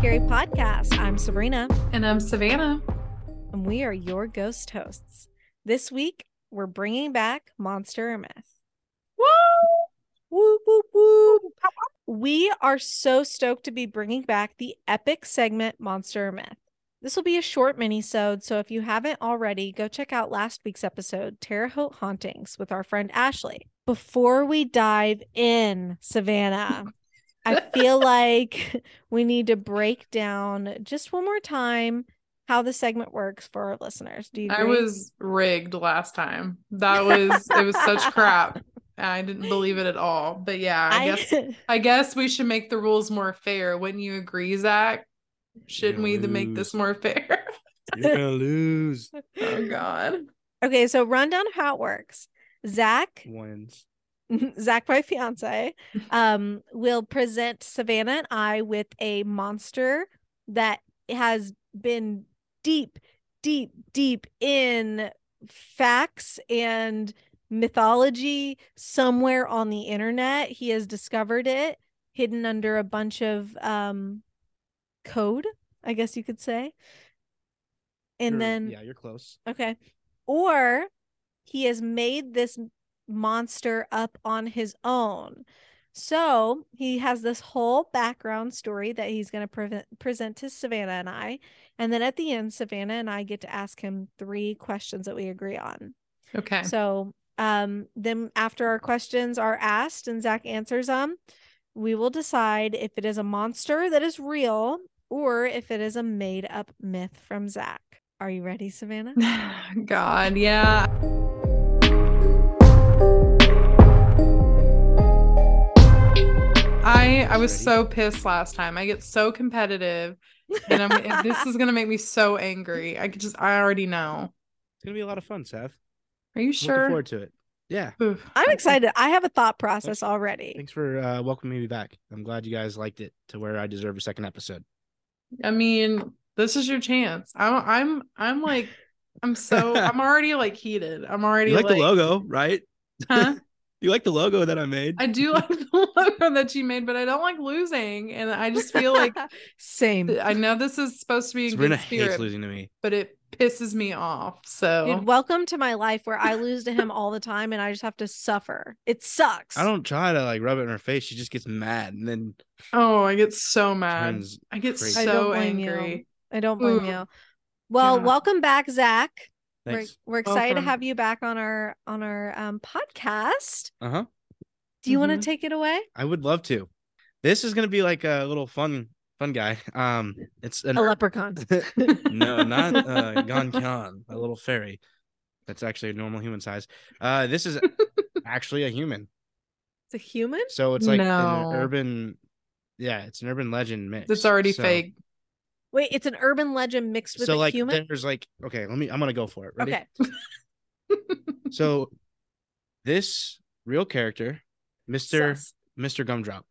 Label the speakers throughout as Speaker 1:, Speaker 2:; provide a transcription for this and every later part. Speaker 1: Fairy Podcast. I'm Sabrina,
Speaker 2: And I'm Savannah.
Speaker 1: and we are your ghost hosts. This week, we're bringing back Monster or Myth. Whoop, whoop, whoop. We are so stoked to be bringing back the epic segment Monster or Myth. This will be a short mini-sode, so if you haven't already, go check out last week's episode, Terre Haute Hauntings, with our friend Ashley. Before we dive in, Savannah, I feel like we need to break down just one more time how the segment works for our listeners. Do you agree?
Speaker 2: I was rigged last time. That was it was such crap. I didn't believe it at all. But yeah, I, guess I guess we should make the rules more fair. Wouldn't you agree, Zach? Shouldn't we to make this
Speaker 3: lose.
Speaker 2: more fair?
Speaker 3: You're gonna lose.
Speaker 2: oh god.
Speaker 1: Okay, so rundown of how it works. Zach
Speaker 3: Wins.
Speaker 1: Zach, my fiance, um, will present Savannah and I with a monster that has been deep, deep, deep in facts and mythology somewhere on the internet. He has discovered it hidden under a bunch of um, code, I guess you could say. And
Speaker 3: You're-
Speaker 1: then
Speaker 3: yeah, you're close.
Speaker 1: Okay. Or he has made this m- monster up on his own. So he has this whole background story that he's going to pre- present to Savannah and I. And then at the end, Savannah and I get to ask him three questions that we agree on.
Speaker 2: Okay.
Speaker 1: So um, then after our questions are asked and Zach answers them, we will decide if it is a monster that is real or if it is a made up myth from Zach. Are you ready, Savannah?
Speaker 2: God, yeah. I I was
Speaker 3: Ready?
Speaker 2: so pissed last time. I get so competitive, and I'm this is gonna make me so angry. I could just I already know.
Speaker 3: It's gonna be a lot of fun, Seth.
Speaker 2: Are you
Speaker 3: Looking
Speaker 2: sure?
Speaker 3: forward to it. Yeah.
Speaker 2: Oof.
Speaker 1: I'm excited. I have a thought process already.
Speaker 3: Thanks for uh, welcoming me back. I'm glad you guys liked it to where I deserve a second episode.
Speaker 2: I mean, this is your chance. I'm I'm I'm like I'm so I'm already like heated. I'm already
Speaker 3: You like the logo, right?
Speaker 2: Huh?
Speaker 3: You like the logo that I made.
Speaker 2: I do like the logo that you made, but I don't like losing, and I just feel like
Speaker 1: same.
Speaker 2: I know this is supposed to be in
Speaker 3: Sabrina
Speaker 2: good
Speaker 3: hates
Speaker 2: spirit,
Speaker 3: losing to me.
Speaker 2: but it pisses me off. So
Speaker 1: Dude, welcome to my life where I lose to him all the time and I just have to suffer. It sucks.
Speaker 3: I don't try to like rub it in her face. She just gets mad and then
Speaker 2: oh, I get so mad.
Speaker 3: turns.
Speaker 2: I get
Speaker 3: crazy.
Speaker 1: I
Speaker 2: so
Speaker 1: don't blame you.
Speaker 2: angry.
Speaker 1: I don't
Speaker 3: Mm.
Speaker 1: blame
Speaker 2: Ooh.
Speaker 1: you. Well,
Speaker 2: Yeah.
Speaker 1: welcome back, Zach. We're,
Speaker 3: Thanks.
Speaker 1: we're excited
Speaker 2: Welcome.
Speaker 1: to have you back on our on our um, podcast.
Speaker 3: Uh huh.
Speaker 1: Do you want
Speaker 3: Mm-hmm.
Speaker 2: Mhm.
Speaker 1: to take it away?
Speaker 3: I would love to. This is gonna be like a little fun, fun guy. Um, it's an
Speaker 1: A leprechaun.
Speaker 3: no, not uh, Gon Khan, a little fairy. That's actually a normal human size. Uh, this is actually a human.
Speaker 1: It's a human.
Speaker 3: So it's like
Speaker 2: No.
Speaker 3: an urban, yeah, it's an urban legend mix.
Speaker 2: It's already
Speaker 3: So-
Speaker 2: fake.
Speaker 1: Wait, it's an urban legend mixed with
Speaker 3: So
Speaker 1: a
Speaker 3: like,
Speaker 1: human.
Speaker 3: there's like, okay, let me. I'm gonna go for it. Ready?
Speaker 1: Okay.
Speaker 3: So this real character, Mister
Speaker 1: sus.
Speaker 3: Mister Gumdrop.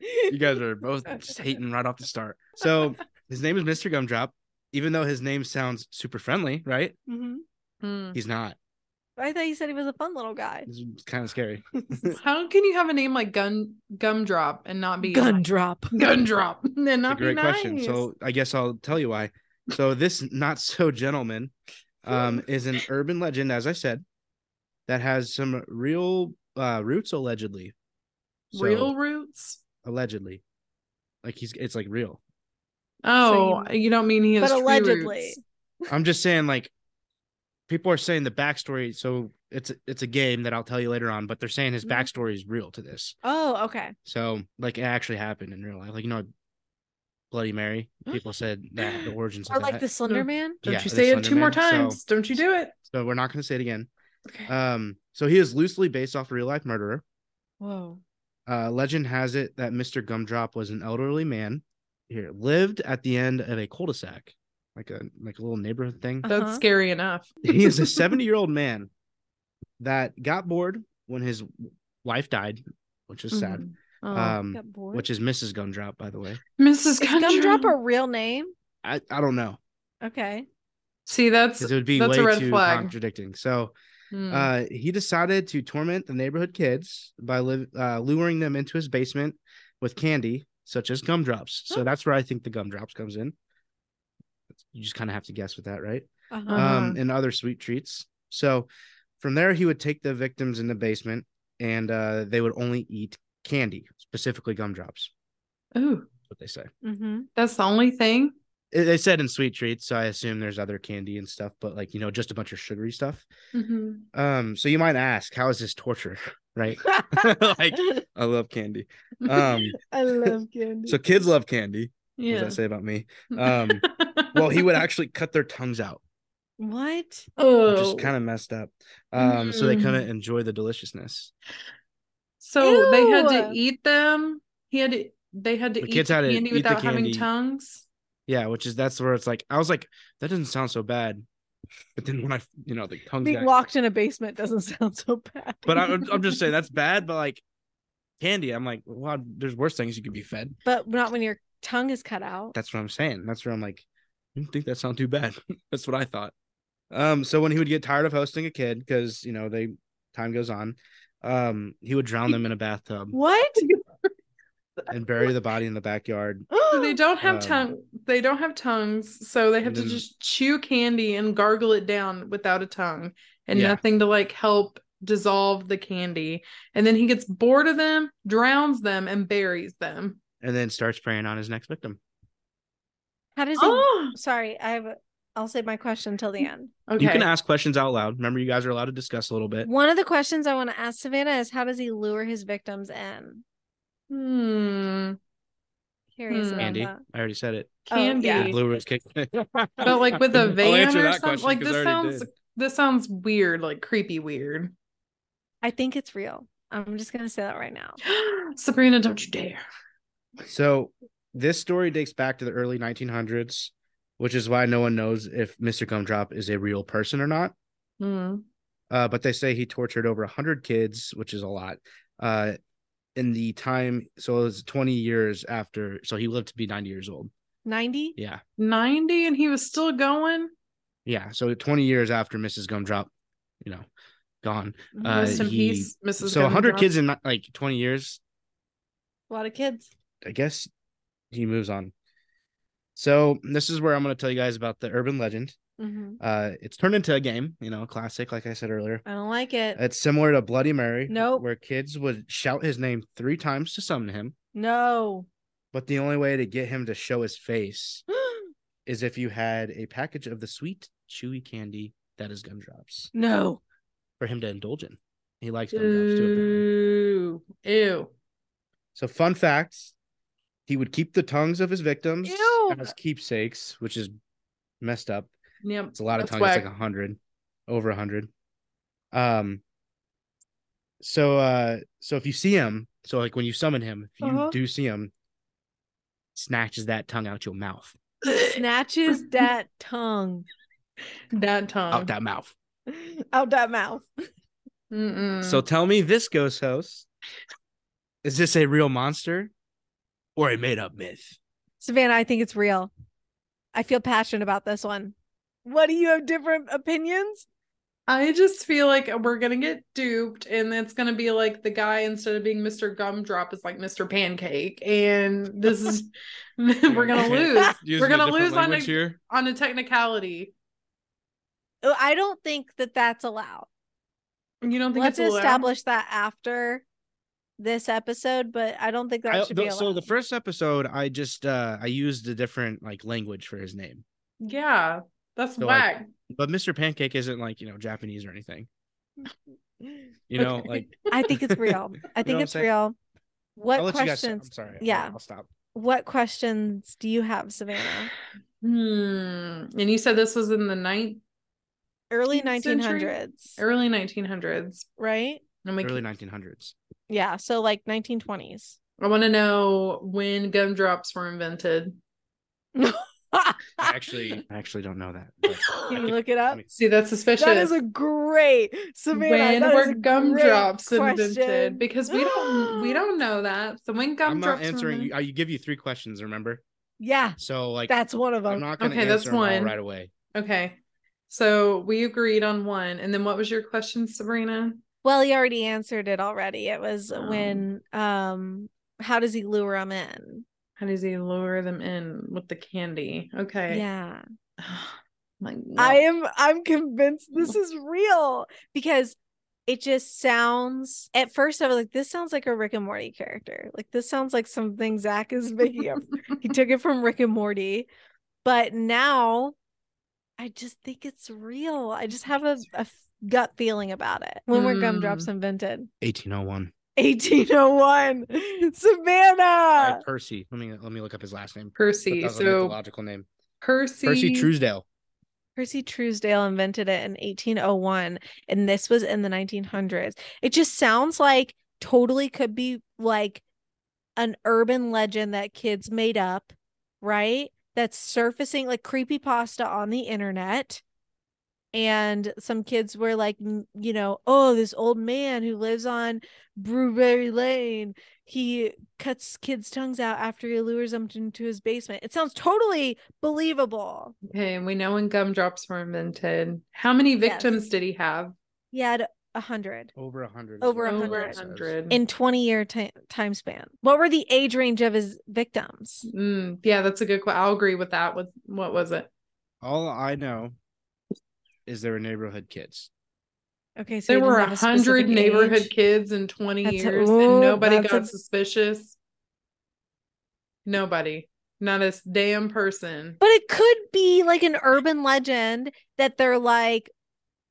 Speaker 3: You guys are both just hating right off the start. So his name is Mister Gumdrop. Even though his name sounds super friendly, right?
Speaker 1: Mhm.
Speaker 2: Mm.
Speaker 3: He's not.
Speaker 1: I thought you said he was a fun little guy.
Speaker 3: It's kind of scary.
Speaker 2: How can you have a name like Gun Gumdrop and not be
Speaker 1: Gundrop.
Speaker 2: Gundrop and
Speaker 3: It's
Speaker 2: not
Speaker 3: a great
Speaker 2: be nice?
Speaker 3: question. So I guess I'll tell you why. So this not so gentleman um, is an urban legend, as I said, that has some real uh, roots allegedly. So,
Speaker 2: real roots.
Speaker 3: allegedly, like he's it's like real.
Speaker 2: Oh,
Speaker 1: you-
Speaker 2: you, don't mean he has
Speaker 1: But
Speaker 2: true
Speaker 1: allegedly.
Speaker 2: roots.
Speaker 3: I'm just saying, like people are saying the backstory. So it's it's a game that I'll tell you later on, but they're saying his
Speaker 2: Mm-hmm.
Speaker 1: Mhm.
Speaker 3: backstory is real to this.
Speaker 1: Oh, okay.
Speaker 3: So like it actually happened in real life. Like you know, Bloody Mary.
Speaker 2: Mm-hmm.
Speaker 3: People said that the origins.
Speaker 1: Or
Speaker 3: of
Speaker 1: like
Speaker 3: that.
Speaker 1: the Slender Man.
Speaker 2: Don't
Speaker 3: Yeah,
Speaker 2: you
Speaker 3: the
Speaker 2: say it two more
Speaker 3: Slender Man, so-
Speaker 2: times? Don't you do it? Uh,
Speaker 3: So we're not going to say it again.
Speaker 2: Okay.
Speaker 3: Um, so he is loosely based off a real life murderer.
Speaker 1: Whoa.
Speaker 3: Uh, legend has it that Mr. Gumdrop was an elderly man here lived at the end of a cul-de-sac, like a like a little neighborhood thing.
Speaker 2: That's
Speaker 1: uh-huh.
Speaker 2: scary enough.
Speaker 3: he is a 70 year old man that got bored when his wife died, which is sad.
Speaker 2: Mhm. Oh.
Speaker 3: Um,
Speaker 1: Got bored.
Speaker 3: which is Mrs. Gumdrop, by the way.
Speaker 2: Mrs.
Speaker 1: Mm-hmm. Is Gumdrop
Speaker 2: Gumdrop.
Speaker 1: a real name?
Speaker 3: I, I don't know
Speaker 1: Okay.
Speaker 2: See, that's
Speaker 3: 'cause it would be
Speaker 2: That's a
Speaker 3: way
Speaker 2: red
Speaker 3: too
Speaker 2: flag.
Speaker 3: contradicting. So
Speaker 2: mm.
Speaker 3: Uh, he decided to torment the neighborhood kids by liv- uh, luring them into his basement with candy, such as gumdrops. So that's where I think the gumdrops comes in. You just kind of have to guess with that, right?
Speaker 1: Uh-huh.
Speaker 2: Uh-huh.
Speaker 3: um, and other sweet treats. So from there, he would take the victims in the basement and uh, they would only eat candy, specifically gumdrops,
Speaker 2: Ooh,
Speaker 3: is what they say.
Speaker 1: mm-hmm.
Speaker 2: that's the only thing.
Speaker 3: It- They said in sweet treats, so I assume there's other candy and stuff, but like, you know, just a bunch of sugary stuff.
Speaker 2: Mhm.
Speaker 3: Um, so you might ask, how is this torture? Right? like, I love candy. Um,
Speaker 1: I love candy.
Speaker 3: so kids love candy. What
Speaker 2: yeah.
Speaker 3: does that say about me? Um, well, he would actually cut their tongues out,
Speaker 1: what?
Speaker 2: oh,
Speaker 3: which is kind of messed up. Um, so they
Speaker 2: Mm.
Speaker 3: couldn't enjoy the deliciousness.
Speaker 2: So they had to
Speaker 1: Ew.
Speaker 2: eat them. He had to, they had to
Speaker 3: The
Speaker 2: eat
Speaker 3: kids
Speaker 2: the
Speaker 3: had to
Speaker 2: candy
Speaker 3: eat the
Speaker 2: without having
Speaker 3: candy.
Speaker 2: tongues.
Speaker 3: Yeah, which is that's where it's like I was like, that doesn't sound so bad, but then when I you know the tongue
Speaker 1: Being
Speaker 3: guy,
Speaker 1: locked in a basement doesn't sound so bad.
Speaker 3: but I, I'm just saying that's bad. But like candy, I'm like, well, there's worse things you could be fed.
Speaker 1: but not when your tongue is cut out.
Speaker 3: That's what I'm saying. That's where I'm like, I didn't think that sound too bad. that's what I thought. Um, so when he would get tired of hosting a kid because you know they time goes on, um, he would drown them in a bathtub
Speaker 1: What?
Speaker 3: and bury the body in the backyard.
Speaker 2: So they don't have
Speaker 3: Um,
Speaker 2: tongue. They don't have tongues, so they have to
Speaker 3: then-
Speaker 2: just chew candy and gargle it down without a tongue and
Speaker 3: Yeah.
Speaker 2: nothing to like help dissolve the candy. And then he gets bored of them, drowns them, and buries them.
Speaker 3: And then starts preying on his next victim.
Speaker 1: How does he?
Speaker 2: Oh,
Speaker 1: Sorry, I have. a- I'll save my question till
Speaker 3: Mm.
Speaker 1: the end.
Speaker 2: okay.
Speaker 3: You can ask questions out loud. Remember, you guys are allowed to discuss a little bit.
Speaker 1: One of the questions I want to ask Savannah is how does he lure his victims in?
Speaker 2: hmm,
Speaker 1: Curious
Speaker 2: Hmm.
Speaker 1: about
Speaker 3: Andy,
Speaker 1: that.
Speaker 3: I already said it.
Speaker 1: Oh,
Speaker 2: candy,
Speaker 1: yeah.
Speaker 3: The blue rose cake.
Speaker 2: but like with a
Speaker 3: I'll
Speaker 2: van
Speaker 3: answer
Speaker 2: or
Speaker 3: that
Speaker 2: something.
Speaker 3: question
Speaker 2: Like
Speaker 3: 'cause
Speaker 2: this
Speaker 3: I already
Speaker 2: sounds.
Speaker 3: did.
Speaker 2: This sounds weird, like creepy weird.
Speaker 1: I think it's real. I'm just gonna say that right now.
Speaker 2: Sabrina, don't you dare.
Speaker 3: So this story dates back to the early 1900s, which is why no one knows if Mr. Gumdrop is a real person or not.
Speaker 2: Hmm.
Speaker 3: Uh, but they say he tortured over 100 kids, which is a lot. Uh, in the time, so it was 20 years after. So he lived to be 90 years old.
Speaker 1: 90?
Speaker 3: Yeah.
Speaker 2: 90 and he was still going.
Speaker 3: Yeah. So 20 years after Mrs. Gumdrop, you know, gone. Uh,
Speaker 2: Rest in
Speaker 3: he-
Speaker 2: peace, Mrs.
Speaker 3: so 100
Speaker 2: Gumdrop.
Speaker 3: kids in like 20 years,
Speaker 1: A lot of kids.
Speaker 3: I guess he moves on. So this is where I'm going to tell you guys about the urban legend.
Speaker 1: hmm
Speaker 3: Uh, it's turned into a game, you know, a classic, like I said earlier.
Speaker 1: I don't like it.
Speaker 3: It's similar to Bloody Mary,
Speaker 1: Nope.
Speaker 3: where kids would shout his name three times to summon him.
Speaker 1: no.
Speaker 3: But the only way to get him to show his face is if you had a package of the sweet, chewy candy that is gumdrops
Speaker 1: no.
Speaker 3: for him to indulge in. He likes gumdrops too. apparently.
Speaker 2: Mm. Ew. Ew.
Speaker 3: So, fun facts he would keep the tongues of his victims
Speaker 1: Ew.
Speaker 3: as keepsakes, which is messed up.
Speaker 2: Yep.
Speaker 3: It's a lot of
Speaker 2: That's
Speaker 3: tongues. It's
Speaker 2: whack.
Speaker 3: like a hundred, over a hundred. Um. So uh, so if you see him, so like when you summon him, if you
Speaker 1: Uh-huh.
Speaker 3: do see him, snatches that tongue out your mouth,
Speaker 1: Snatches that tongue
Speaker 2: that tongue.
Speaker 3: out that mouth.
Speaker 1: out that mouth.
Speaker 2: Mm-mm.
Speaker 3: So tell me, this ghost host, is this a real monster, or a made up myth?
Speaker 1: Savannah, I think it's real. I feel passionate about this one. What do you have different opinions?
Speaker 2: I just feel like we're gonna get duped, and it's gonna be like the guy instead of being Mr. Gumdrop is like Mr. Pancake, and this is we're gonna lose We're gonna lose on a,
Speaker 3: here.
Speaker 2: on a technicality.
Speaker 1: Oh, I don't think that that's allowed.
Speaker 2: You don't think
Speaker 1: Let's
Speaker 2: it's allowed?
Speaker 1: establish that after this episode, but I don't think that
Speaker 3: I,
Speaker 1: should be
Speaker 3: the,
Speaker 1: allowed.
Speaker 3: so the first episode, I just uh I used a different like language for his name.
Speaker 2: Yeah, that's
Speaker 3: So, like,
Speaker 2: whack.
Speaker 3: but Mr. Pancake isn't like you know Japanese or anything. You know,
Speaker 2: Okay.
Speaker 3: like
Speaker 1: I think it's real. I
Speaker 3: what
Speaker 1: think
Speaker 3: I'm
Speaker 1: it's
Speaker 3: saying?
Speaker 1: real.
Speaker 3: I'll
Speaker 1: What
Speaker 3: let you guys.
Speaker 1: questions?
Speaker 3: I'm sorry. I'll-
Speaker 1: yeah.
Speaker 3: I'll stop.
Speaker 1: What questions do you have, Savannah?
Speaker 2: Hmm. And you said this was in the ninth,
Speaker 1: Early
Speaker 2: 19th century?
Speaker 1: 1900s,
Speaker 2: early 1900s.
Speaker 1: right?
Speaker 2: And we
Speaker 3: Early 1900s.
Speaker 1: Yeah, so like 1920s.
Speaker 2: I want to know when gumdrops were invented.
Speaker 3: I actually, I actually don't know that. but I
Speaker 1: Can you
Speaker 3: could-
Speaker 1: look it
Speaker 3: I
Speaker 1: up?
Speaker 3: mean,
Speaker 2: See, that's suspicious.
Speaker 1: That is a great Savannah.
Speaker 2: when
Speaker 1: that is
Speaker 2: were
Speaker 1: a great
Speaker 2: gumdrops
Speaker 1: question.
Speaker 2: invented? Because we don't we don't know that. So when
Speaker 3: I'm not
Speaker 2: gumdrops were
Speaker 3: answering.
Speaker 2: invented,
Speaker 3: You, I give you three questions. Remember,
Speaker 1: Yeah,
Speaker 3: so like
Speaker 1: that's one of
Speaker 3: I'm
Speaker 1: them.
Speaker 3: not gonna
Speaker 2: Okay,
Speaker 3: answer
Speaker 2: that's
Speaker 3: them all
Speaker 2: one.
Speaker 3: right away.
Speaker 2: okay. So we agreed on one. And then what was your question, Sabrina?
Speaker 1: Well, he
Speaker 3: Um,
Speaker 1: already answered it already. It was
Speaker 2: Oh.
Speaker 1: when um how does he lure him in?
Speaker 2: How does he lure them in with the candy? Okay.
Speaker 1: Yeah.
Speaker 2: Like,
Speaker 1: I am I'm convinced this is real because it just sounds at first I was like, this sounds like a Rick and Morty character. Like this sounds like something Zach is making up. he took it from Rick and Morty. But now I just think it's real. I just have a, a gut feeling about it when were
Speaker 2: Mm.
Speaker 1: gumdrops invented.
Speaker 3: 1801.
Speaker 1: 1801. Savannah.
Speaker 3: Alright, Percy. Let me let me look up his last name. But
Speaker 2: Percy.
Speaker 3: that was a
Speaker 2: Uh, So
Speaker 3: mythological name.
Speaker 2: Percy.
Speaker 3: Percy Truesdale.
Speaker 1: Percy Truesdale invented it in 1801, and this was in the 1900s. It just sounds like totally could be like an urban legend that kids made up, right? That's surfacing like creepy pasta on the internet. And some kids were like, m- you know, oh, this old man who lives on Brewberry Lane, he cuts kids' tongues out after he lures them into his basement. It sounds totally believable.
Speaker 2: Okay, and we know when gumdrops were invented. How many victims
Speaker 1: Yes.
Speaker 2: did he have?
Speaker 1: He had a hundred
Speaker 3: Over a hundred.
Speaker 1: Over a
Speaker 2: Over
Speaker 1: hundred.
Speaker 2: a hundred.
Speaker 1: in 20 year ti- time span. What were the age range of his victims?
Speaker 2: Mm, yeah, that's a good question. I'll agree with that. With what was it?
Speaker 3: All I know is there were neighborhood kids.
Speaker 1: Okay, so
Speaker 2: There
Speaker 1: he didn't
Speaker 2: were
Speaker 1: have
Speaker 2: a
Speaker 1: a
Speaker 2: hundred
Speaker 1: specific
Speaker 2: neighborhood
Speaker 1: age.
Speaker 2: kids in 20
Speaker 1: That's a-
Speaker 2: years
Speaker 1: ooh,
Speaker 2: and nobody
Speaker 1: that's
Speaker 2: got
Speaker 1: a-
Speaker 2: suspicious. Nobody. Not a damn person.
Speaker 1: But it could be like an urban legend that they're like,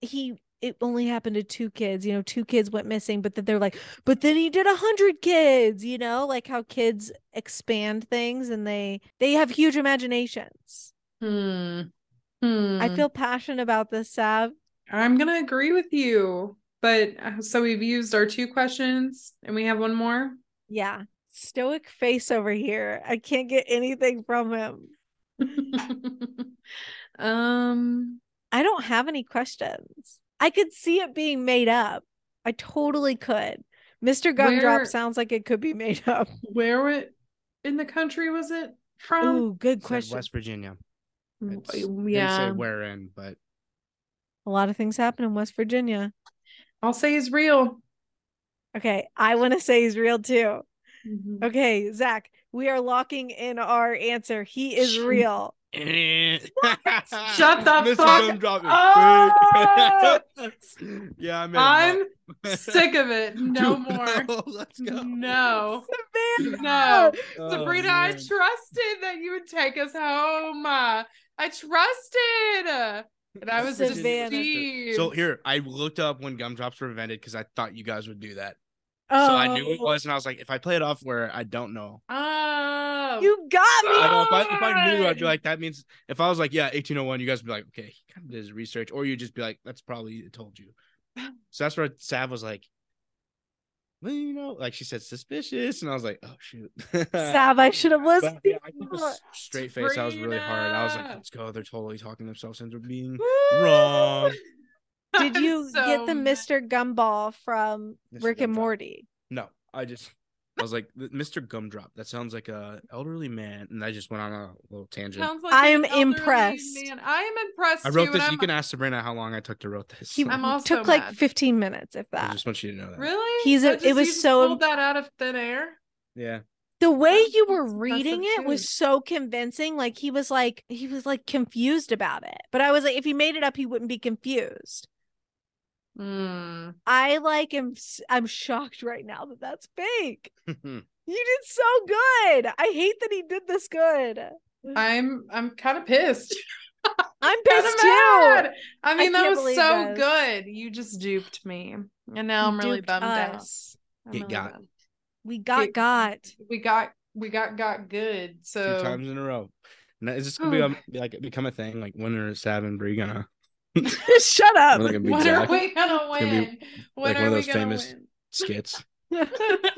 Speaker 1: he. It only happened to two kids, you know. Two kids went missing, but then they're like, but then he did a hundred kids, you know, like how kids expand things and they they have huge imaginations.
Speaker 2: Hmm. Hmm.
Speaker 1: I feel passionate about this, Sav.
Speaker 2: I'm gonna agree with you. But uh, so we've used our two questions and we have one more.
Speaker 1: Yeah. Stoic face over here. I can't get anything from him.
Speaker 2: um
Speaker 1: I don't have any questions. I could see it being made up. I totally could. Mr. Gumdrop
Speaker 2: Where-
Speaker 1: sounds like it could be made up.
Speaker 2: where it in the country was it from?
Speaker 1: Ooh, good
Speaker 3: Said
Speaker 1: question.
Speaker 3: West Virginia.
Speaker 2: W-
Speaker 3: It's- Didn't
Speaker 2: Oh, yeah.
Speaker 3: say where in, but
Speaker 1: A lot of things happen in West Virginia.
Speaker 2: I'll say it's real.
Speaker 1: Okay. I want to say he's real too. Mm-hmm. Okay, Zach, we are locking in our answer. He is
Speaker 2: Shut
Speaker 1: real.
Speaker 2: Shut the
Speaker 3: Mr.
Speaker 2: fuck
Speaker 3: Gumdrop is
Speaker 2: up!
Speaker 3: big. yeah, I'm. in,
Speaker 2: Oh! I'm
Speaker 3: Mike.
Speaker 2: sick of it. No
Speaker 3: Dude,
Speaker 2: more.
Speaker 3: no, let's go.
Speaker 2: No.
Speaker 1: Savannah.
Speaker 2: No.
Speaker 3: Oh,
Speaker 2: Sabrina, I
Speaker 3: man.
Speaker 2: trusted that you would take us home. Uh, I trusted. And I was
Speaker 1: Savannah.
Speaker 2: deceived.
Speaker 3: So here, I looked up when gumdrops were invented because I thought you guys would do that. So I knew it
Speaker 1: Oh,
Speaker 3: was, and I was like, if I play it off where I don't know,
Speaker 2: Oh.
Speaker 1: You got me.
Speaker 3: I don't, if, I, if I knew, I'd be
Speaker 2: God.
Speaker 3: like, that means if I was like, yeah, 1801, you guys would be like, okay, he kind of did his research, or you'd just be like, that's probably it told you. So that's where Sav was like, well, you know, like she said, suspicious, and I was like, oh shoot.
Speaker 1: Sav, I should have
Speaker 3: But,
Speaker 1: listened.
Speaker 3: yeah, I keep a s- straight face. I was really hard. I was like,
Speaker 2: Sabrina.
Speaker 3: let's go. They're totally talking themselves into being
Speaker 2: Woo!
Speaker 3: wrong.
Speaker 1: Did
Speaker 2: I'm
Speaker 1: you get
Speaker 2: so
Speaker 1: the
Speaker 2: mad.
Speaker 1: Mr. Gumball from
Speaker 3: Mr.
Speaker 1: Rick and
Speaker 3: Gumdrop.
Speaker 1: Morty?
Speaker 3: No, I just I was like, Mr. Gumdrop. That sounds like a elderly man, and I just went on a little tangent.
Speaker 2: Sounds like
Speaker 1: I am
Speaker 2: an elderly
Speaker 1: impressed.
Speaker 2: Man. I am impressed.
Speaker 3: I wrote
Speaker 2: too,
Speaker 3: this.
Speaker 2: and I'm-
Speaker 3: You can ask Sabrina how long I took to wrote this.
Speaker 1: He
Speaker 2: I'm also
Speaker 1: took like
Speaker 2: mad.
Speaker 1: 15 minutes, if
Speaker 3: I
Speaker 1: that.
Speaker 3: just want you to know that.
Speaker 2: Really?
Speaker 1: He's a-
Speaker 2: That
Speaker 1: it
Speaker 2: just-
Speaker 1: was
Speaker 2: you just
Speaker 1: so-
Speaker 2: pulled that out of thin air.
Speaker 3: Yeah.
Speaker 1: The way
Speaker 2: That's
Speaker 1: you were
Speaker 2: impressive
Speaker 1: reading it
Speaker 2: too.
Speaker 1: was so convincing. Like he was like he was like confused about it. But I was like, if he made it up, he wouldn't be confused.
Speaker 2: Mm.
Speaker 1: I like am s- I'm shocked right now that that's fake.
Speaker 3: Mhm.
Speaker 1: You did so good. I hate that he did this good.
Speaker 2: I'm I'm kind of pissed.
Speaker 1: I'm
Speaker 2: Kinda
Speaker 1: pissed too.
Speaker 2: mad. I mean, that
Speaker 1: can't
Speaker 2: was
Speaker 1: believe
Speaker 2: so
Speaker 1: this.
Speaker 2: good. You just duped me, and now I'm really
Speaker 1: Duped
Speaker 2: bummed
Speaker 1: us.
Speaker 2: out. I'm
Speaker 3: Get
Speaker 2: really
Speaker 3: got.
Speaker 2: bummed.
Speaker 1: We got
Speaker 2: Get-
Speaker 1: got.
Speaker 2: We got we got got good. So
Speaker 3: Two times in a row. Now, is this gonna be,
Speaker 2: Oh.
Speaker 3: um, be like become a thing? Like when are Sav and Bree gonna?
Speaker 1: Shut
Speaker 2: Uh,
Speaker 1: up.
Speaker 3: We're gonna be
Speaker 2: when
Speaker 3: Zach
Speaker 2: are we gonna
Speaker 3: gonna be
Speaker 2: win? When
Speaker 3: like one
Speaker 2: are
Speaker 3: of
Speaker 2: we
Speaker 3: those
Speaker 2: gonna
Speaker 3: famous-
Speaker 2: win?
Speaker 3: skits.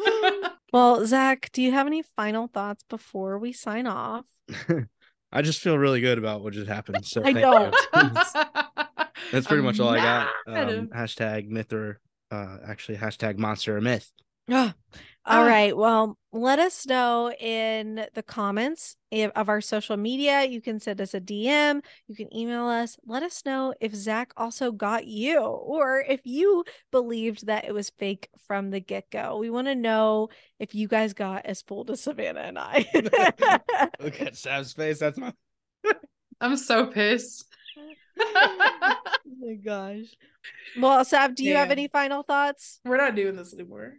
Speaker 1: Well, Zach, do you have any final thoughts before we sign off?
Speaker 3: I just feel really good about what just happened. So
Speaker 1: I
Speaker 3: thank you.
Speaker 1: don't.
Speaker 3: That's pretty
Speaker 2: I'm
Speaker 3: much all I got.
Speaker 2: mad.
Speaker 3: Um, hashtag myth or uh, actually hashtag monster or myth.
Speaker 1: Ah, All
Speaker 2: Ah.
Speaker 1: right. Well, let us know in the comments i- of our social media. You can send us a DM. You can email us. Let us know if Zach also got you or if you believed that it was fake from the get go. We want to know if you guys got as fooled as Savannah and I.
Speaker 3: Look at Sav's face. That's my
Speaker 2: I'm so pissed.
Speaker 1: oh my gosh. Well, Sav, do you have
Speaker 2: Yeah.
Speaker 1: any final thoughts?
Speaker 2: We're not doing this anymore.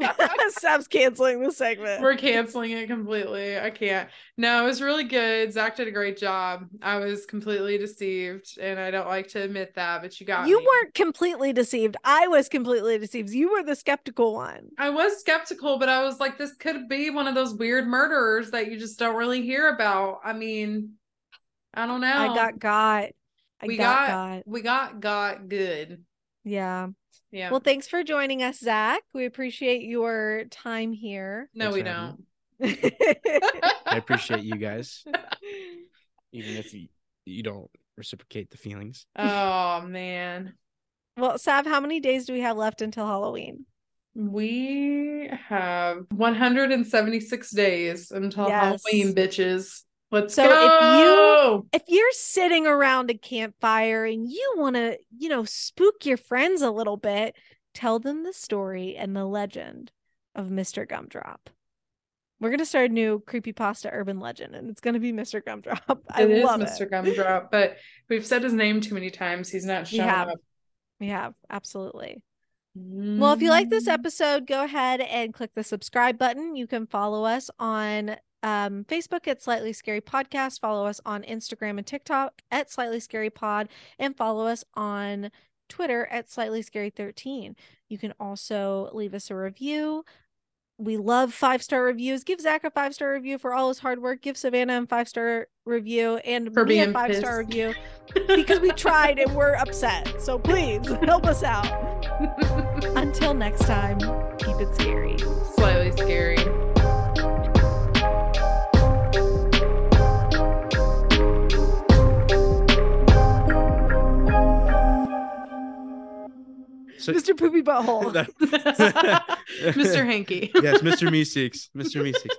Speaker 1: Sav's canceling the segment.
Speaker 2: We're canceling it completely. I can't. No, it was really good. Zach did a great job. I was completely deceived, and I don't like to admit that, but you got
Speaker 1: you
Speaker 2: me.
Speaker 1: weren't completely deceived. I was completely deceived. You were the skeptical one.
Speaker 2: I was skeptical, but I was like, this could be one of those weird murderers that you just don't really hear about. I mean, I don't know.
Speaker 1: I got got. I
Speaker 2: We
Speaker 1: got,
Speaker 2: got-
Speaker 1: got.
Speaker 2: we got got good.
Speaker 1: Yeah.
Speaker 2: Yeah.
Speaker 1: Well, thanks for joining us, Zach. We appreciate your time here.
Speaker 2: no, we
Speaker 3: Thanks for having
Speaker 2: don't.
Speaker 3: I appreciate you guys, even if you, you don't reciprocate the feelings.
Speaker 2: oh man.
Speaker 1: well, Sav, how many days do we have left until Halloween? Mm-hmm.
Speaker 2: We have 176 days until
Speaker 1: Yes.
Speaker 2: Halloween, bitches. Let's
Speaker 1: So if you-
Speaker 2: go.
Speaker 1: if you're sitting around a campfire and you want to, you know, spook your friends a little bit, tell them the story and the legend of Mr. Gumdrop. We're going to start a new creepypasta urban legend and it's going to be Mr. Gumdrop. I
Speaker 2: it is
Speaker 1: love
Speaker 2: Mr.
Speaker 1: it.
Speaker 2: Gumdrop, but we've said his name too many times. He's not
Speaker 1: We
Speaker 2: showing
Speaker 1: have.
Speaker 2: up.
Speaker 1: We have, absolutely. Well, if you like
Speaker 2: Mm-hmm.
Speaker 1: this
Speaker 2: Mm,
Speaker 1: episode, go ahead and click the subscribe button. You can follow us on um, Facebook at Slightly Scary Podcast, follow us on Instagram and TikTok at Slightly Scary Pod, and follow us on Twitter at Slightly Scary 13. You can also leave us a review. We love five star reviews. Give Zach a five star review for all his hard work. Give Savannah a five star review and
Speaker 2: For
Speaker 1: me a
Speaker 2: being
Speaker 1: five star
Speaker 2: pissed.
Speaker 1: review because we tried and we're upset. So please help us out. Until next time, keep it scary.
Speaker 2: slightly scary.
Speaker 3: So
Speaker 1: Mr. Poopy Butthole.
Speaker 3: That-
Speaker 2: Mr. Hanky.
Speaker 3: yes, Mr. Me Six, Mr. Me Six.